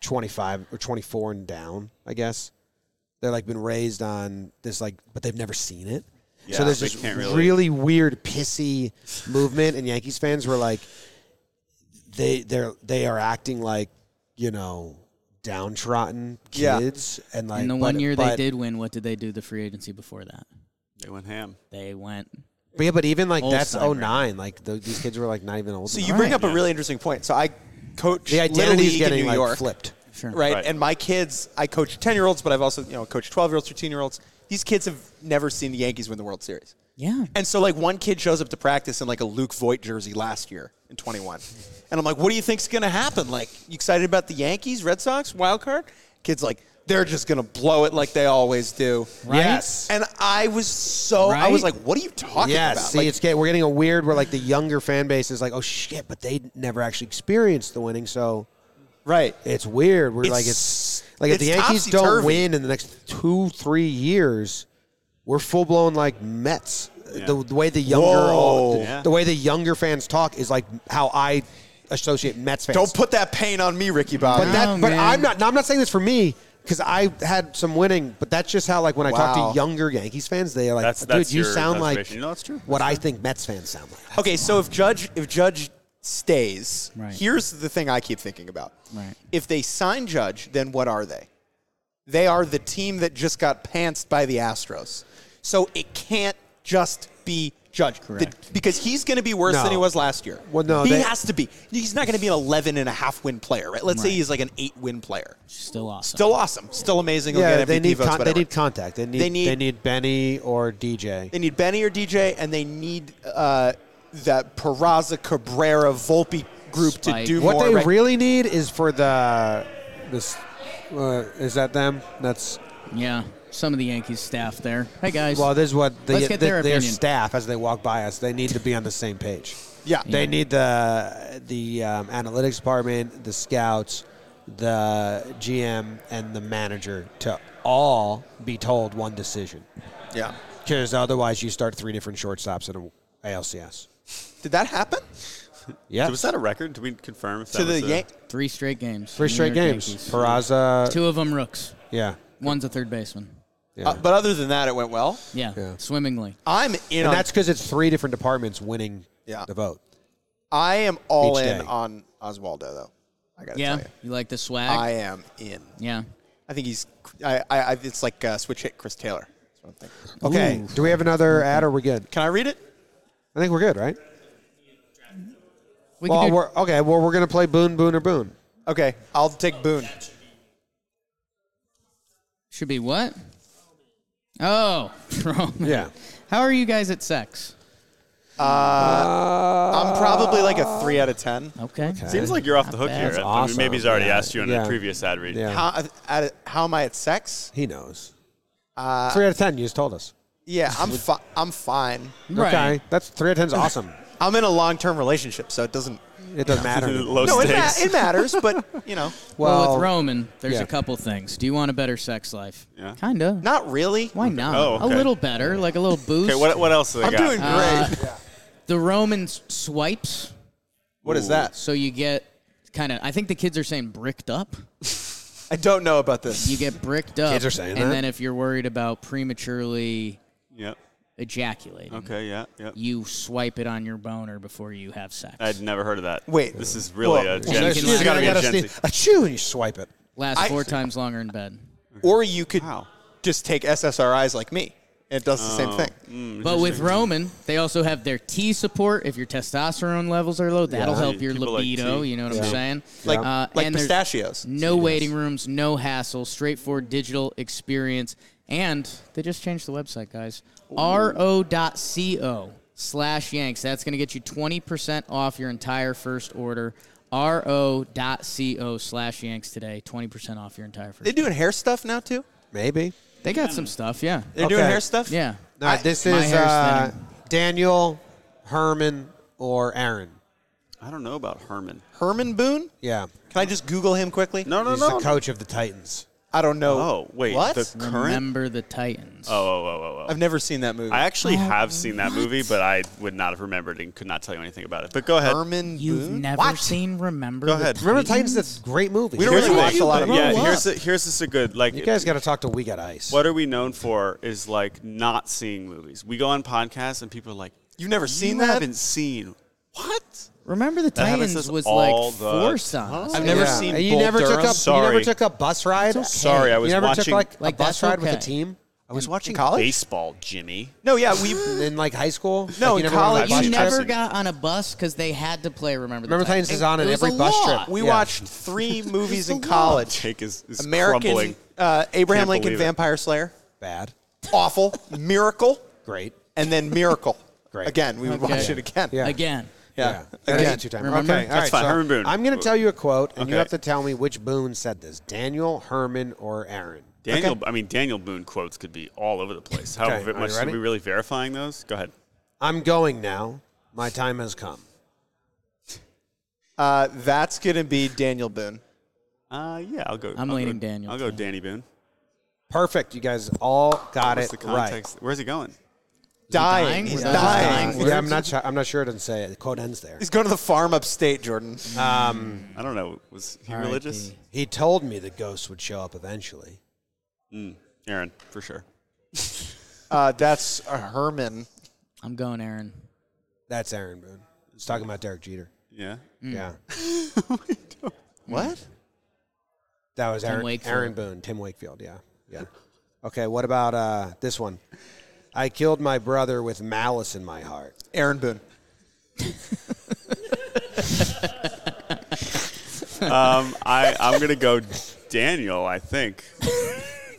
Speaker 1: twenty five or twenty four and down. I guess they're like been raised on this like, but they've never seen it.
Speaker 2: Yeah,
Speaker 1: so there's
Speaker 2: they
Speaker 1: this
Speaker 2: can't
Speaker 1: really,
Speaker 2: really-
Speaker 1: weird pissy movement, and Yankees fans were like, they they're they are acting like you know downtrodden
Speaker 5: Yeah.
Speaker 1: kids, and like
Speaker 4: in the
Speaker 1: but-
Speaker 4: one year they
Speaker 1: but-
Speaker 4: did win, what did they do the free agency before that?
Speaker 2: They went ham.
Speaker 4: They went.
Speaker 1: But yeah, but even like that's
Speaker 4: Olstein, right?
Speaker 1: 09. Like the, these kids were like not even old.
Speaker 5: So
Speaker 1: enough.
Speaker 5: you bring
Speaker 4: right.
Speaker 5: up a really interesting point. So I coach
Speaker 1: the identity
Speaker 5: Little
Speaker 1: is
Speaker 5: League in
Speaker 1: getting
Speaker 5: New
Speaker 1: like
Speaker 5: York.
Speaker 1: flipped.
Speaker 4: Sure.
Speaker 5: Right.
Speaker 2: Right.
Speaker 5: And my kids, I coach 10 year olds, but I've also, you know, coached 12 year olds, 13 year olds. These kids have never seen the Yankees win the World Series.
Speaker 4: Yeah.
Speaker 5: And so, like, one kid shows up to practice in, like, a Luke Voigt jersey last year in 21. And I'm like, what do you think's going to happen? Like, you excited about the Yankees, Red Sox, wild card? Kid's like, they're just going to blow it like they always do.
Speaker 4: Right?
Speaker 1: Yes.
Speaker 5: And I was so, I was
Speaker 4: Right?
Speaker 5: like, what are you talking
Speaker 1: Yeah,
Speaker 5: about?
Speaker 1: see,
Speaker 5: Like,
Speaker 1: it's get, we're getting a weird where like the younger fan base is like, oh shit, but they never actually experienced the winning, so
Speaker 5: right.
Speaker 1: it's weird. We're
Speaker 5: It's-
Speaker 1: like, it's like if
Speaker 5: it's
Speaker 1: the Yankees don't
Speaker 5: topsy-turvy.
Speaker 1: win in the next two, three years, we're full blown like Mets. The, the way the younger,
Speaker 5: Whoa.
Speaker 1: the,
Speaker 2: Yeah.
Speaker 1: the way the younger fans talk is like how I associate Mets fans.
Speaker 5: Don't put that pain on me, Ricky Bobby.
Speaker 1: but
Speaker 2: Oh,
Speaker 1: that, but
Speaker 4: man.
Speaker 1: I'm not. no, I'm not saying this for me. Because I had some winning, but that's just how like when I talk
Speaker 5: Wow.
Speaker 1: to younger Yankees fans, they are like,
Speaker 2: That's-
Speaker 1: "Dude,
Speaker 2: that's
Speaker 1: you
Speaker 2: your
Speaker 1: sound like
Speaker 2: observation. You know, that's true.
Speaker 1: what I think Mets fans sound like."
Speaker 5: Okay, so if Judge if Judge stays,
Speaker 4: Right.
Speaker 5: here's the thing I keep thinking about.
Speaker 4: Right.
Speaker 5: If they sign Judge, then what are they? They are the team that just got pantsed by the Astros. So it can't just be Judge. The-
Speaker 4: Correct.
Speaker 5: because he's going to be worse
Speaker 1: No.
Speaker 5: than he was last year.
Speaker 1: Well, no,
Speaker 5: he
Speaker 1: they-
Speaker 5: has to be. He's not going to be an 11 and a half win player, right? Let's say
Speaker 4: Right.
Speaker 5: he's like an 8 win player.
Speaker 4: Still awesome.
Speaker 5: Still awesome. Still amazing. He'll
Speaker 1: Yeah,
Speaker 5: get
Speaker 1: they
Speaker 5: MVP
Speaker 1: need
Speaker 5: votes,
Speaker 1: con- they
Speaker 5: whatever.
Speaker 1: need contact. They need
Speaker 5: They
Speaker 1: they
Speaker 5: need-
Speaker 1: need, Benny or DJ.
Speaker 5: They need Benny or DJ, and they need uh, that Peraza Cabrera Volpe group
Speaker 4: Spike.
Speaker 5: to do
Speaker 1: what
Speaker 5: more.
Speaker 1: they
Speaker 5: right?
Speaker 1: really need is for the this uh, is that them? That's
Speaker 4: yeah. Some of the Yankees staff there. Hey guys.
Speaker 1: well. This is what the,
Speaker 4: Let's get
Speaker 1: the-
Speaker 4: their
Speaker 1: their
Speaker 4: opinion.
Speaker 1: staff as they walk by us. They need to be on the same page.
Speaker 5: yeah,
Speaker 1: They need the the um, analytics department, the scouts, the GM, and the manager to all be told one decision.
Speaker 5: yeah.
Speaker 1: Because otherwise, you start three different shortstops in a ALCS.
Speaker 5: Did that happen
Speaker 1: Yeah,
Speaker 2: So was that a record? Did we confirm if that
Speaker 5: to the
Speaker 2: was a-
Speaker 5: Yan-
Speaker 4: Three straight games.
Speaker 1: three
Speaker 4: New
Speaker 1: straight
Speaker 4: York
Speaker 1: games. uh,
Speaker 4: Yankees.
Speaker 1: Peraza,
Speaker 4: Two of them rooks.
Speaker 1: yeah.
Speaker 4: One's a third baseman.
Speaker 1: Yeah.
Speaker 5: uh, But other than that, it went well.
Speaker 4: Yeah.
Speaker 1: Yeah.
Speaker 4: Swimmingly.
Speaker 5: I'm in.
Speaker 1: and
Speaker 5: On,
Speaker 1: that's because it's three different departments winning
Speaker 5: Yeah.
Speaker 1: the vote.
Speaker 5: I am all
Speaker 1: Each
Speaker 5: in
Speaker 1: day.
Speaker 5: on Oswaldo, though. I gotta
Speaker 4: Yeah.
Speaker 5: tell you,
Speaker 4: You like the swag?
Speaker 5: I am in.
Speaker 4: yeah.
Speaker 5: I think he's. I. I. I it's like uh, switch hit Chris Taylor. That's what I'm thinking.
Speaker 1: Okay. Do we have another ad or we're good?
Speaker 5: Can I read it?
Speaker 1: I think we're good, right?
Speaker 4: We
Speaker 1: Well,
Speaker 4: can do,
Speaker 1: we're okay. Well, we're gonna play Boone, Boone, or Boone.
Speaker 5: Okay, I'll take Boone.
Speaker 4: should be what? Oh, Roman.
Speaker 1: Yeah.
Speaker 4: How are you guys at sex?
Speaker 5: I'm probably like a three out of ten.
Speaker 4: Okay.
Speaker 2: Seems like you're off the
Speaker 4: Not
Speaker 2: hook
Speaker 4: bad.
Speaker 2: here.
Speaker 4: That's
Speaker 2: I mean,
Speaker 1: awesome.
Speaker 2: maybe he's already
Speaker 1: Yeah.
Speaker 2: asked you in
Speaker 1: Yeah.
Speaker 2: a previous ad read.
Speaker 1: Yeah.
Speaker 5: How, at, how am I at sex?
Speaker 1: He knows.
Speaker 2: Uh,
Speaker 1: three out of ten. You just told us.
Speaker 5: Yeah, I'm. Fi- I'm fine.
Speaker 4: Right.
Speaker 1: Okay. That's three out of ten's awesome.
Speaker 5: I'm in a long-term relationship, so it doesn't.
Speaker 1: It doesn't matter.
Speaker 2: Low
Speaker 5: No, it, ma-
Speaker 2: stakes.
Speaker 5: it matters, but you know,
Speaker 4: Well,
Speaker 1: Well,
Speaker 4: with Roman, there's
Speaker 1: yeah.
Speaker 4: a couple things. Do you want a better sex life?
Speaker 2: Yeah.
Speaker 4: Kinda.
Speaker 5: not really.
Speaker 4: Why not?
Speaker 2: Oh, okay.
Speaker 4: A little better, like a little boost.
Speaker 2: okay, what, what else do they
Speaker 5: I'm
Speaker 2: got?
Speaker 5: doing great. Uh,
Speaker 4: The Roman s- swipes,
Speaker 5: what is that?
Speaker 4: so you get kind of. I think the kids are saying bricked up.
Speaker 5: I don't know about this.
Speaker 4: You get bricked up.
Speaker 1: Kids are saying
Speaker 4: And
Speaker 1: that?
Speaker 4: then if you're worried about prematurely
Speaker 2: Yep.
Speaker 4: ejaculating,
Speaker 2: Okay, yeah, yeah.
Speaker 4: you swipe it on your boner before you have sex.
Speaker 2: I'd never heard of that.
Speaker 5: Wait.
Speaker 2: This is really
Speaker 5: Well,
Speaker 2: a
Speaker 5: so
Speaker 2: Gen
Speaker 4: you
Speaker 2: Z.
Speaker 4: can
Speaker 2: This has
Speaker 4: like-
Speaker 2: got to be
Speaker 1: You
Speaker 2: a
Speaker 1: gotta
Speaker 2: Gen
Speaker 1: sneak-
Speaker 2: Z.
Speaker 1: Achoo, and you swipe it.
Speaker 4: Last
Speaker 5: I-
Speaker 4: four times longer in bed.
Speaker 5: Or you could
Speaker 2: Wow.
Speaker 5: just take SSRIs like me. It does the same thing.
Speaker 4: But with Roman, they also have their T support. If your testosterone levels are low, that'll
Speaker 1: Yeah.
Speaker 4: help your
Speaker 2: People like
Speaker 4: libido.
Speaker 2: tea.
Speaker 4: you know what I'm
Speaker 1: Yeah.
Speaker 4: saying?
Speaker 5: Like
Speaker 4: Uh,
Speaker 5: like
Speaker 4: and there's
Speaker 5: pistachios.
Speaker 4: No waiting rooms, no hassle, straightforward digital experience. And they just changed the website, guys. ro.co slash Yanks. That's going to get you 20% off your entire first order. ro.co slash Yanks today. 20% off your entire first
Speaker 5: They're doing hair stuff now too.
Speaker 1: Maybe.
Speaker 4: They got some stuff, yeah.
Speaker 5: They're doing
Speaker 1: Okay.
Speaker 5: hair stuff.
Speaker 4: Yeah.
Speaker 1: No, this
Speaker 4: my
Speaker 1: is
Speaker 4: hair's
Speaker 1: uh,
Speaker 4: thinning.
Speaker 1: Daniel, Herman, or Aaron.
Speaker 2: I don't know about Herman.
Speaker 5: Herman Boone.
Speaker 1: Yeah.
Speaker 5: Can I just Google him quickly?
Speaker 2: No, no,
Speaker 1: He's
Speaker 2: no.
Speaker 1: the coach of the Titans.
Speaker 5: I don't know.
Speaker 2: Oh, wait,
Speaker 5: What?
Speaker 2: the current?
Speaker 4: Remember the Titans.
Speaker 2: oh, oh, oh, oh, oh.
Speaker 5: I've never seen that movie.
Speaker 2: I actually
Speaker 1: Oh,
Speaker 2: have seen that movie, but I would not have remembered and could not tell you anything about it. But go ahead.
Speaker 5: Herman
Speaker 4: You've
Speaker 5: Boone.
Speaker 4: never seen Remember
Speaker 2: Go
Speaker 4: the
Speaker 2: ahead.
Speaker 4: Titans?
Speaker 1: Remember the Titans? That's a great movie.
Speaker 5: We don't really
Speaker 2: the
Speaker 5: watch
Speaker 2: thing.
Speaker 5: a lot of
Speaker 2: yeah.
Speaker 4: movies.
Speaker 2: Here's a, here's this a good like.
Speaker 1: you guys got to talk to We Got Ice.
Speaker 2: what are we known for? Is like not seeing movies. We go on podcasts and people are like,
Speaker 5: You've never
Speaker 2: "You
Speaker 5: seen that?
Speaker 2: Haven't seen what?
Speaker 4: Remember the
Speaker 2: That happens
Speaker 4: Titans
Speaker 2: to us
Speaker 4: was like
Speaker 2: all the
Speaker 4: four songs.
Speaker 5: I've never
Speaker 1: Yeah.
Speaker 5: seen
Speaker 1: And you
Speaker 5: Bull
Speaker 1: never
Speaker 5: Durham.
Speaker 1: took up. You never
Speaker 2: Sorry.
Speaker 1: took a bus ride.
Speaker 2: Sorry, I was
Speaker 1: you never
Speaker 2: watching-
Speaker 1: took like,
Speaker 4: Like,
Speaker 1: a bus
Speaker 4: that's
Speaker 1: ride with a
Speaker 4: okay.
Speaker 1: team. I was watching
Speaker 5: college?
Speaker 2: Baseball, Jimmy.
Speaker 5: No, yeah, we.
Speaker 1: in like high school.
Speaker 5: No,
Speaker 1: like, you
Speaker 5: in
Speaker 1: never went on a bus
Speaker 5: college,
Speaker 4: You
Speaker 5: Watch
Speaker 1: trip?
Speaker 4: never
Speaker 5: Titans.
Speaker 4: got on a bus because they had to play Remember the
Speaker 1: Remember
Speaker 4: Titans.
Speaker 1: Titans is on
Speaker 4: It
Speaker 1: at
Speaker 4: was
Speaker 1: every
Speaker 4: a
Speaker 1: bus
Speaker 4: law.
Speaker 1: trip.
Speaker 5: We
Speaker 1: Yeah.
Speaker 5: watched three movies in
Speaker 4: lot.
Speaker 5: college.
Speaker 2: Jake is, is
Speaker 5: American
Speaker 2: crumbling.
Speaker 5: uh, Abraham
Speaker 2: Can't
Speaker 5: Lincoln
Speaker 2: believe it.
Speaker 5: Vampire Slayer.
Speaker 1: Bad.
Speaker 5: Awful. Miracle.
Speaker 1: Great.
Speaker 5: And then Miracle.
Speaker 1: Great.
Speaker 5: Again, we would
Speaker 4: Okay.
Speaker 5: watch it again.
Speaker 1: Yeah.
Speaker 4: Again.
Speaker 5: Yeah.
Speaker 1: That
Speaker 5: Again.
Speaker 1: is two times.
Speaker 4: Remember?
Speaker 1: Okay, all
Speaker 2: That's
Speaker 1: right,
Speaker 2: fine.
Speaker 1: so
Speaker 2: Herman Boone.
Speaker 1: I'm going to tell you a quote, and you
Speaker 2: Okay.
Speaker 1: have to tell me which Boone said this: Daniel, Herman, or Aaron.
Speaker 2: Daniel, I mean Daniel Boone quotes could be all over the place. How
Speaker 1: Okay, are you
Speaker 2: much are
Speaker 1: ready?
Speaker 2: we really verifying those? Go ahead.
Speaker 1: I'm going now. My time has come.
Speaker 5: Uh, that's going to be Daniel Boone.
Speaker 2: Uh, yeah, I'll go.
Speaker 4: I'm
Speaker 2: I'll
Speaker 4: leaning
Speaker 2: go,
Speaker 4: Daniel,
Speaker 2: I'll go
Speaker 4: too.
Speaker 2: Danny Boone.
Speaker 1: Perfect. You guys all got
Speaker 2: What's
Speaker 1: it
Speaker 2: the
Speaker 1: right.
Speaker 2: context? Where's he going?
Speaker 5: Dying.
Speaker 4: dying?
Speaker 5: He's
Speaker 4: Were
Speaker 5: dying.
Speaker 4: those dying
Speaker 1: Yeah, I'm not. Sure, I'm not sure. It doesn't say it. The quote ends there.
Speaker 5: He's going to the farm upstate, Jordan.
Speaker 1: Mm.
Speaker 2: I don't know. Was he religious?
Speaker 4: R.I.P..
Speaker 1: He told me the ghosts would show up eventually.
Speaker 2: Aaron, for sure.
Speaker 5: Uh, that's a Herman.
Speaker 4: I'm going, Aaron.
Speaker 1: That's Aaron Boone. He's talking about Derek Jeter.
Speaker 2: Yeah.
Speaker 1: Yeah,
Speaker 5: What?
Speaker 1: that was Aaron,
Speaker 4: Wakefield.
Speaker 1: Aaron Boone. Tim Wakefield. Yeah, yeah. Okay. What about uh, this one? I killed my brother with malice in my heart.
Speaker 5: Aaron Boone.
Speaker 2: Um, I I'm gonna go Daniel. I think.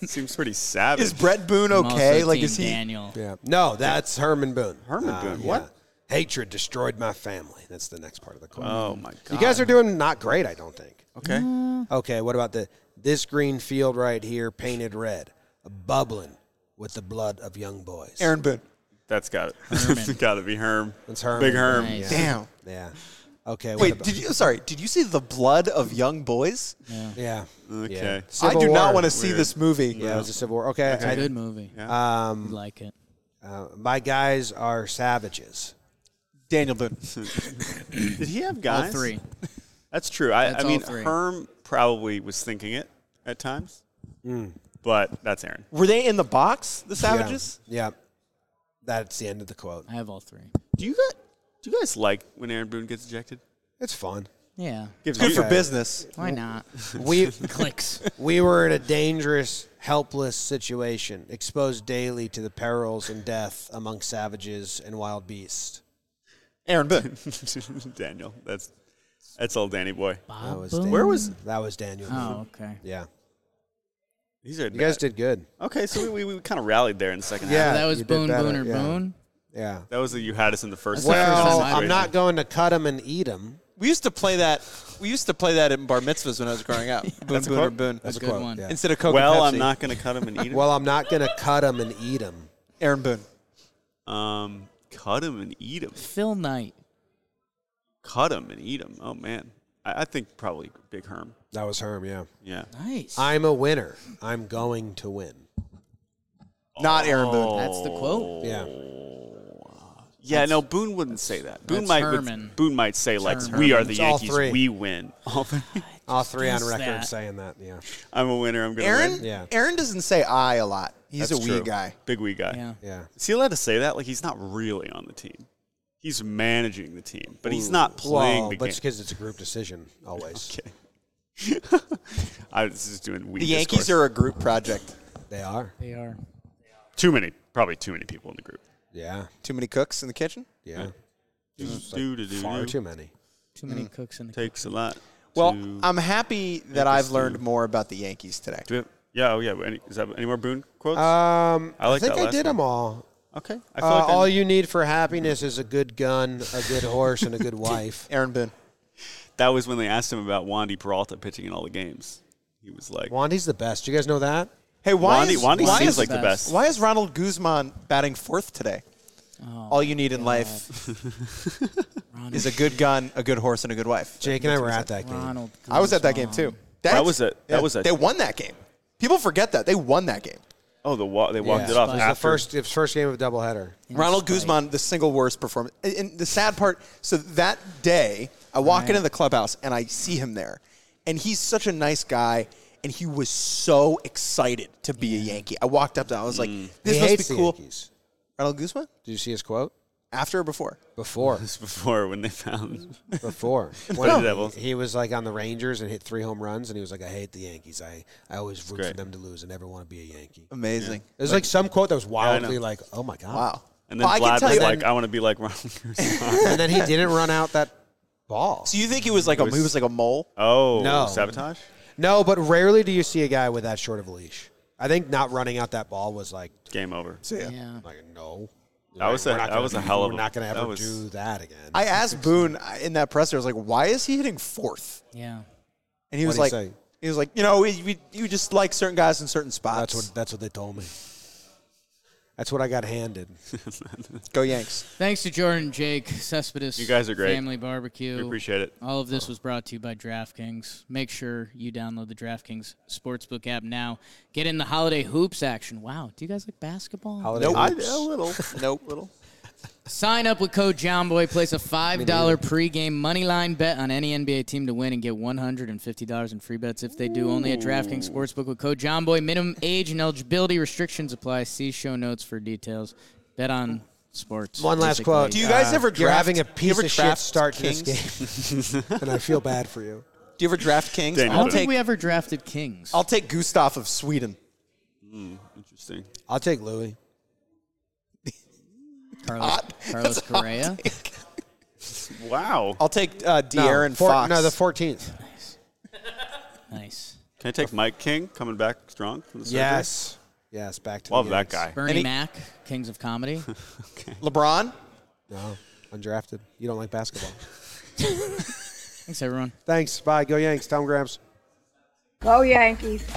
Speaker 2: Seems pretty savage.
Speaker 5: Is Brett Boone
Speaker 4: I'm
Speaker 5: okay?
Speaker 4: also
Speaker 5: Like,
Speaker 4: team
Speaker 5: is he?
Speaker 4: Daniel.
Speaker 1: Yeah. No, that's Herman Boone. Uh,
Speaker 2: Herman Boone, what?
Speaker 1: Hatred destroyed my family. That's the next part of the quote.
Speaker 2: oh my god.
Speaker 1: you guys are doing not great, I don't think.
Speaker 2: okay.
Speaker 5: Mm.
Speaker 1: Okay, what about the this green field right here painted red, bubbling with the blood of young boys.
Speaker 5: Aaron Boone.
Speaker 2: That's got it. it's got to be Herm.
Speaker 1: That's Herman.
Speaker 2: Big Herm.
Speaker 4: Nice.
Speaker 1: Yeah.
Speaker 5: Damn.
Speaker 1: Yeah. Okay. what
Speaker 5: Wait,
Speaker 1: about-
Speaker 5: did you? Sorry, did you see the blood of young boys?
Speaker 1: Yeah.
Speaker 2: Okay.
Speaker 1: Yeah.
Speaker 2: I
Speaker 1: Civil
Speaker 5: I do not
Speaker 1: War.
Speaker 5: want to see
Speaker 2: Weird.
Speaker 5: this movie.
Speaker 1: Yeah, it was a civil war. Okay.
Speaker 4: It's a
Speaker 1: I-
Speaker 4: good movie.
Speaker 1: um,
Speaker 4: You'd like it.
Speaker 1: uh, my guys are savages.
Speaker 5: Daniel Boone.
Speaker 2: Did he have
Speaker 4: All
Speaker 2: guys?
Speaker 4: three.
Speaker 2: That's true. I,
Speaker 4: That's
Speaker 2: I
Speaker 4: all
Speaker 2: mean,
Speaker 4: three.
Speaker 2: Herm probably was thinking it at times,
Speaker 1: Mm.
Speaker 2: but that's Aaron.
Speaker 5: Were they in the box,
Speaker 1: Yeah.
Speaker 5: the Savages?
Speaker 1: Yeah. That's the end of the quote.
Speaker 4: I have all three.
Speaker 2: Do you guys, do you guys like when Aaron Boone gets ejected?
Speaker 1: It's fun.
Speaker 4: Yeah.
Speaker 2: Gives
Speaker 5: Good
Speaker 2: you-
Speaker 5: for business.
Speaker 4: Why not?
Speaker 1: We
Speaker 4: Clicks.
Speaker 1: We were in a dangerous, helpless situation, exposed daily to the perils and death among savages and wild beasts.
Speaker 5: Aaron Boone.
Speaker 2: Daniel. That's that's old Danny boy.
Speaker 1: That was
Speaker 4: Boom.
Speaker 1: Dan-
Speaker 2: Where was-
Speaker 1: that was Daniel?
Speaker 4: Oh, okay.
Speaker 1: Yeah,
Speaker 2: These are
Speaker 1: you guys did good.
Speaker 2: okay. So we, we, we kind of rallied there in the second half.
Speaker 1: Yeah,
Speaker 4: that was
Speaker 1: you did
Speaker 4: Boone,
Speaker 1: better,
Speaker 4: Boone, or
Speaker 1: yeah.
Speaker 4: Boone.
Speaker 1: Yeah.
Speaker 2: That was the you had us in the first.
Speaker 4: That's the
Speaker 2: half.
Speaker 4: first
Speaker 1: Well,
Speaker 4: time I've
Speaker 1: I'm not going to cut him and eat him.
Speaker 5: We used to play that. We used to play that in bar mitzvahs when I was growing up. Boone, Boone, or
Speaker 2: quote.
Speaker 5: Boone.
Speaker 1: That's a
Speaker 4: good
Speaker 1: quote.
Speaker 4: one.
Speaker 1: yeah.
Speaker 5: Instead of Coke.
Speaker 2: Well,
Speaker 5: and
Speaker 2: I'm
Speaker 5: Pepsi.
Speaker 2: not going to cut him and eat him.
Speaker 1: Well, I'm not going to cut him and eat him.
Speaker 5: Aaron Boone.
Speaker 2: um, cut him and eat him.
Speaker 4: Phil Knight.
Speaker 2: Cut him and eat him. Oh man, I, I think probably Big Herm.
Speaker 1: That was Herm. Yeah.
Speaker 2: Yeah.
Speaker 4: Nice.
Speaker 1: I'm a winner. I'm going to win.
Speaker 5: Not Aaron
Speaker 1: Oh.
Speaker 5: Boone.
Speaker 4: That's the quote.
Speaker 1: Yeah.
Speaker 2: Oh. Yeah, no, Boone wouldn't say that. Boone
Speaker 4: that's
Speaker 2: might
Speaker 4: Herman.
Speaker 2: Boone might say like
Speaker 4: Herman.
Speaker 2: we are the
Speaker 1: It's all
Speaker 2: Yankees,
Speaker 1: three.
Speaker 2: we win. All three.
Speaker 1: All three on
Speaker 4: Just
Speaker 1: record
Speaker 4: that.
Speaker 1: saying that. Yeah.
Speaker 2: I'm a winner. I'm gonna
Speaker 5: Aaron.
Speaker 2: win.
Speaker 1: Yeah.
Speaker 5: Aaron doesn't say I a lot. He's
Speaker 2: That's
Speaker 5: a wee
Speaker 2: true.
Speaker 5: guy.
Speaker 2: Big wee guy.
Speaker 4: Yeah.
Speaker 1: Yeah.
Speaker 2: Is he allowed to say that? Like he's not really on the team. He's managing the team, but he's not playing
Speaker 1: well,
Speaker 2: the
Speaker 1: but
Speaker 2: game.
Speaker 1: it's because it's a group decision always.
Speaker 2: Okay. I was just doing weed.
Speaker 5: The Yankees
Speaker 2: discourse.
Speaker 5: are a group project.
Speaker 1: They are.
Speaker 4: They are.
Speaker 2: too many, probably too many people in the group.
Speaker 1: Yeah.
Speaker 5: Too many cooks in the kitchen.
Speaker 1: Yeah.
Speaker 2: Mm-hmm. Doo-doo-doo-doo.
Speaker 1: Far too many.
Speaker 4: Too many cooks in the
Speaker 2: Takes a lot.
Speaker 5: Well,
Speaker 2: to-
Speaker 5: I'm happy that
Speaker 2: us
Speaker 5: I've learned
Speaker 2: do-
Speaker 5: more about the Yankees today.
Speaker 2: do we have- Yeah, oh yeah. Any, is that any more Boone quotes?
Speaker 1: Um,
Speaker 2: I like
Speaker 1: think
Speaker 2: that
Speaker 1: I
Speaker 2: last
Speaker 1: did
Speaker 2: one.
Speaker 1: them all.
Speaker 2: okay, I
Speaker 1: Uh,
Speaker 2: feel like I-
Speaker 1: all you need for happiness is a good gun, a good horse, and a good wife.
Speaker 5: Aaron Boone.
Speaker 2: that was when they asked him about Wandy Peralta pitching in all the games. He was like,
Speaker 1: Wandy's the best. You guys know that?
Speaker 5: Hey, why
Speaker 2: Wandy,
Speaker 5: is,
Speaker 2: Wandy
Speaker 5: why
Speaker 2: seems
Speaker 5: is,
Speaker 2: like the
Speaker 4: best.
Speaker 2: best.
Speaker 5: why is Ronald Guzman batting fourth today?
Speaker 1: Oh,
Speaker 5: All you need in life is a good gun, a good horse, and a good wife.
Speaker 1: Jake and I were at that game.
Speaker 4: Ronald.
Speaker 5: I was at that game
Speaker 4: Guzman.
Speaker 5: too. That's-
Speaker 2: was a- that was a-
Speaker 5: They won that game. People forget that they won that game.
Speaker 2: Oh, the wa- they walked
Speaker 1: Yeah.
Speaker 2: it off
Speaker 1: It was
Speaker 2: after
Speaker 1: the first, it was first game of doubleheader.
Speaker 5: Ronald
Speaker 4: spite.
Speaker 5: Guzman, the single worst performance. And- And the sad part, so that day, I walk into the clubhouse and I see him there. And he's such a nice guy. And he was so excited to be a Yankee. I walked up to him. I was like,
Speaker 2: Mm.
Speaker 5: this
Speaker 1: He
Speaker 5: must
Speaker 1: hates
Speaker 5: be
Speaker 1: the
Speaker 5: cool.
Speaker 1: Yankees.
Speaker 5: Ronald Guzman?
Speaker 1: Did you see his quote?
Speaker 5: After or before?
Speaker 1: Before,
Speaker 2: before when they found.
Speaker 1: before.
Speaker 2: the
Speaker 1: he-
Speaker 2: Devils.
Speaker 1: he was like on the Rangers and hit three home runs, and he was like, "I hate the Yankees. I, I always root for
Speaker 2: great. Um,
Speaker 1: them to lose and never want to be a Yankee." It
Speaker 5: Amazing.
Speaker 1: was like some quote that was wildly
Speaker 2: know.
Speaker 1: like, "Oh my god!"
Speaker 5: Wow.
Speaker 2: And then
Speaker 5: Well, I can
Speaker 2: Vlad
Speaker 5: tell
Speaker 2: was
Speaker 5: you-
Speaker 2: like, I want to be like Ronald Guzman.
Speaker 1: And then he didn't run out that ball.
Speaker 5: So you think he was like a he was like a mole?
Speaker 2: oh,
Speaker 1: No.
Speaker 2: sabotage?
Speaker 1: No, but rarely do you see a guy with that short of a leash. I think not running out that ball was like,
Speaker 2: Game over.
Speaker 4: Yeah.
Speaker 1: like no.
Speaker 2: That was a-
Speaker 1: We're not
Speaker 2: that
Speaker 1: gonna-
Speaker 2: was a hell of
Speaker 1: We're
Speaker 2: a-
Speaker 1: not going to ever
Speaker 2: that was-
Speaker 1: do that again.
Speaker 5: I asked Boone I- in that presser. I was like, "Why is he hitting fourth?
Speaker 4: Yeah.
Speaker 5: And he was
Speaker 1: What'd he
Speaker 5: like,
Speaker 1: say?
Speaker 5: "He was like, you know, we, we you just like certain guys in certain spots.
Speaker 1: that's what that's what they told me. That's what I got handed.
Speaker 5: Go Yanks."
Speaker 4: Thanks to Jordan, Jake, Cespedes.
Speaker 2: You guys are great.
Speaker 4: Family barbecue.
Speaker 2: We appreciate it.
Speaker 4: All of this was brought to you by DraftKings. Make sure you download the DraftKings Sportsbook app now. Get in the holiday hoops action. Wow, do you guys like basketball?
Speaker 1: Holiday
Speaker 5: Nope. I,
Speaker 1: hoops.
Speaker 5: a little. nope. Little.
Speaker 4: Sign up with code JOHNBOY. Place a $5 pregame moneyline bet on any NBA team to win and get $150 in free bets if they do. Only at DraftKings Sportsbook with code JOHNBOY. Minimum age and eligibility restrictions apply. See show notes for details. Bet on sports.
Speaker 1: One last
Speaker 4: Basically,
Speaker 1: quote.
Speaker 5: Do you guys ever
Speaker 1: uh, You're
Speaker 5: draft-
Speaker 1: having a
Speaker 5: you
Speaker 1: piece
Speaker 5: ever
Speaker 1: of shit
Speaker 5: draft
Speaker 1: start to this game,
Speaker 5: Kings?
Speaker 1: and I feel bad for you.
Speaker 5: Do you ever draft Kings?
Speaker 2: Daniel.
Speaker 4: I don't
Speaker 5: I'll
Speaker 2: Hold
Speaker 4: think
Speaker 5: take
Speaker 4: we ever drafted Kings.
Speaker 5: I'll take Gustav of Sweden.
Speaker 2: Interesting.
Speaker 1: I'll take Louis.
Speaker 4: Carlos, Carlos
Speaker 5: That's all I'll
Speaker 4: Correa.
Speaker 5: take.
Speaker 2: Wow.
Speaker 5: I'll take uh,
Speaker 1: No,
Speaker 5: De'Aaron
Speaker 1: four-
Speaker 5: Fox.
Speaker 1: No, the fourteenth.
Speaker 4: Nice.
Speaker 2: Can I take Mike King coming back strong from the surgery?
Speaker 1: Yes, yes. Back to
Speaker 2: Love
Speaker 1: the
Speaker 2: that
Speaker 1: Yanks.
Speaker 2: guy.
Speaker 4: Bernie
Speaker 5: Any-
Speaker 4: Mac, Kings of Comedy.
Speaker 5: LeBron.
Speaker 1: No, undrafted. You don't like basketball.
Speaker 4: Thanks, everyone.
Speaker 1: Thanks. Bye. Go Yanks. Tom Grams.
Speaker 6: Go Yankees.